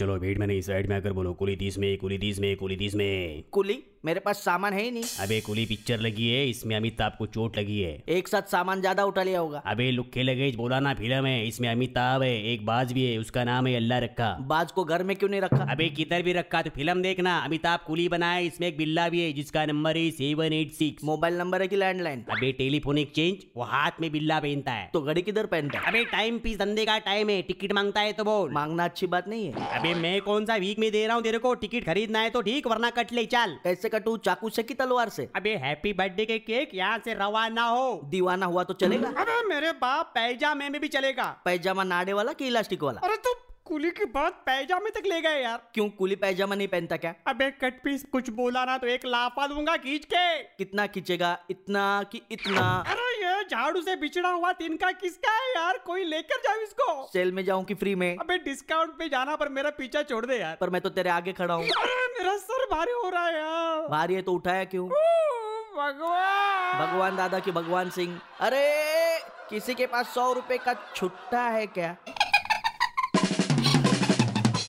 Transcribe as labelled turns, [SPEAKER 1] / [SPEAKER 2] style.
[SPEAKER 1] चलो भीड़ में नहीं साइड में आकर बोलो कुली तीस में कुली तीस में कुली तीस में
[SPEAKER 2] कुली मेरे पास सामान है ही नहीं
[SPEAKER 1] अबे कुली पिक्चर लगी है इसमें अमिताभ को चोट लगी है
[SPEAKER 2] एक साथ सामान ज्यादा उठा लिया होगा
[SPEAKER 1] अबे लुक्के लगे बोला ना फिल्म है इसमें अमिताभ है एक बाज भी है उसका नाम है अल्लाह रखा
[SPEAKER 2] बाज को घर में क्यों नहीं रखा
[SPEAKER 1] अबे किधर भी रखा तो फिल्म देखना अमिताभ कुली बना है इसमें एक बिल्ला भी है जिसका नंबर है seven eight six
[SPEAKER 2] mobile number है कि लैंडलाइन
[SPEAKER 1] अबे टेलीफोन एक्सचेंज वो हाथ में बिल्ला पहनता है
[SPEAKER 2] तो घड़ी किधर पहनता है
[SPEAKER 1] अबे टाइम पीस धंधे का टाइम है टिकट मांगता है तो बोल
[SPEAKER 2] मांगना अच्छी बात नहीं है
[SPEAKER 1] अबे मैं कौन सा वीक में दे रहा हूँ तेरे को टिकट खरीदना है तो ठीक वरना कट ले चल
[SPEAKER 2] कैसे कटू चाकू से कि तलवार से
[SPEAKER 1] अबे हैप्पी बर्थडे के केक यहाँ से रवाना हो
[SPEAKER 2] दीवाना हुआ तो चलेगा
[SPEAKER 1] अबे मेरे बाप पैजामे में भी चलेगा
[SPEAKER 2] पैजामा नाड़े वाला कि इलास्टिक वाला
[SPEAKER 1] अरे तू कुली की बात पैजामे तक ले गए यार
[SPEAKER 2] क्यों कुली पैजामा नहीं पहनता क्या
[SPEAKER 1] अबे कट पीस कुछ बोला ना तो एक लाफा दूंगा खींच के
[SPEAKER 2] कितना खींचेगा इतना कि इतना
[SPEAKER 1] अरे ये झाड़ू से बिछड़ा हुआ तिनका किसका है यार कोई लेकर जाओ इसको
[SPEAKER 2] सेल में जाऊं कि फ्री में
[SPEAKER 1] अबे डिस्काउंट पे जाना पर मेरा पीछा छोड़ दे यार
[SPEAKER 2] पर मैं तो तेरे आगे खड़ा हूँ
[SPEAKER 1] अरे मेरा सर भारी हो रहा है यार
[SPEAKER 2] भारी है तो उठाया क्यों
[SPEAKER 1] ओ, भगवान
[SPEAKER 2] भगवान दादा की भगवान सिंह अरे किसी के पास सौ रुपए का छुट्टा है क्या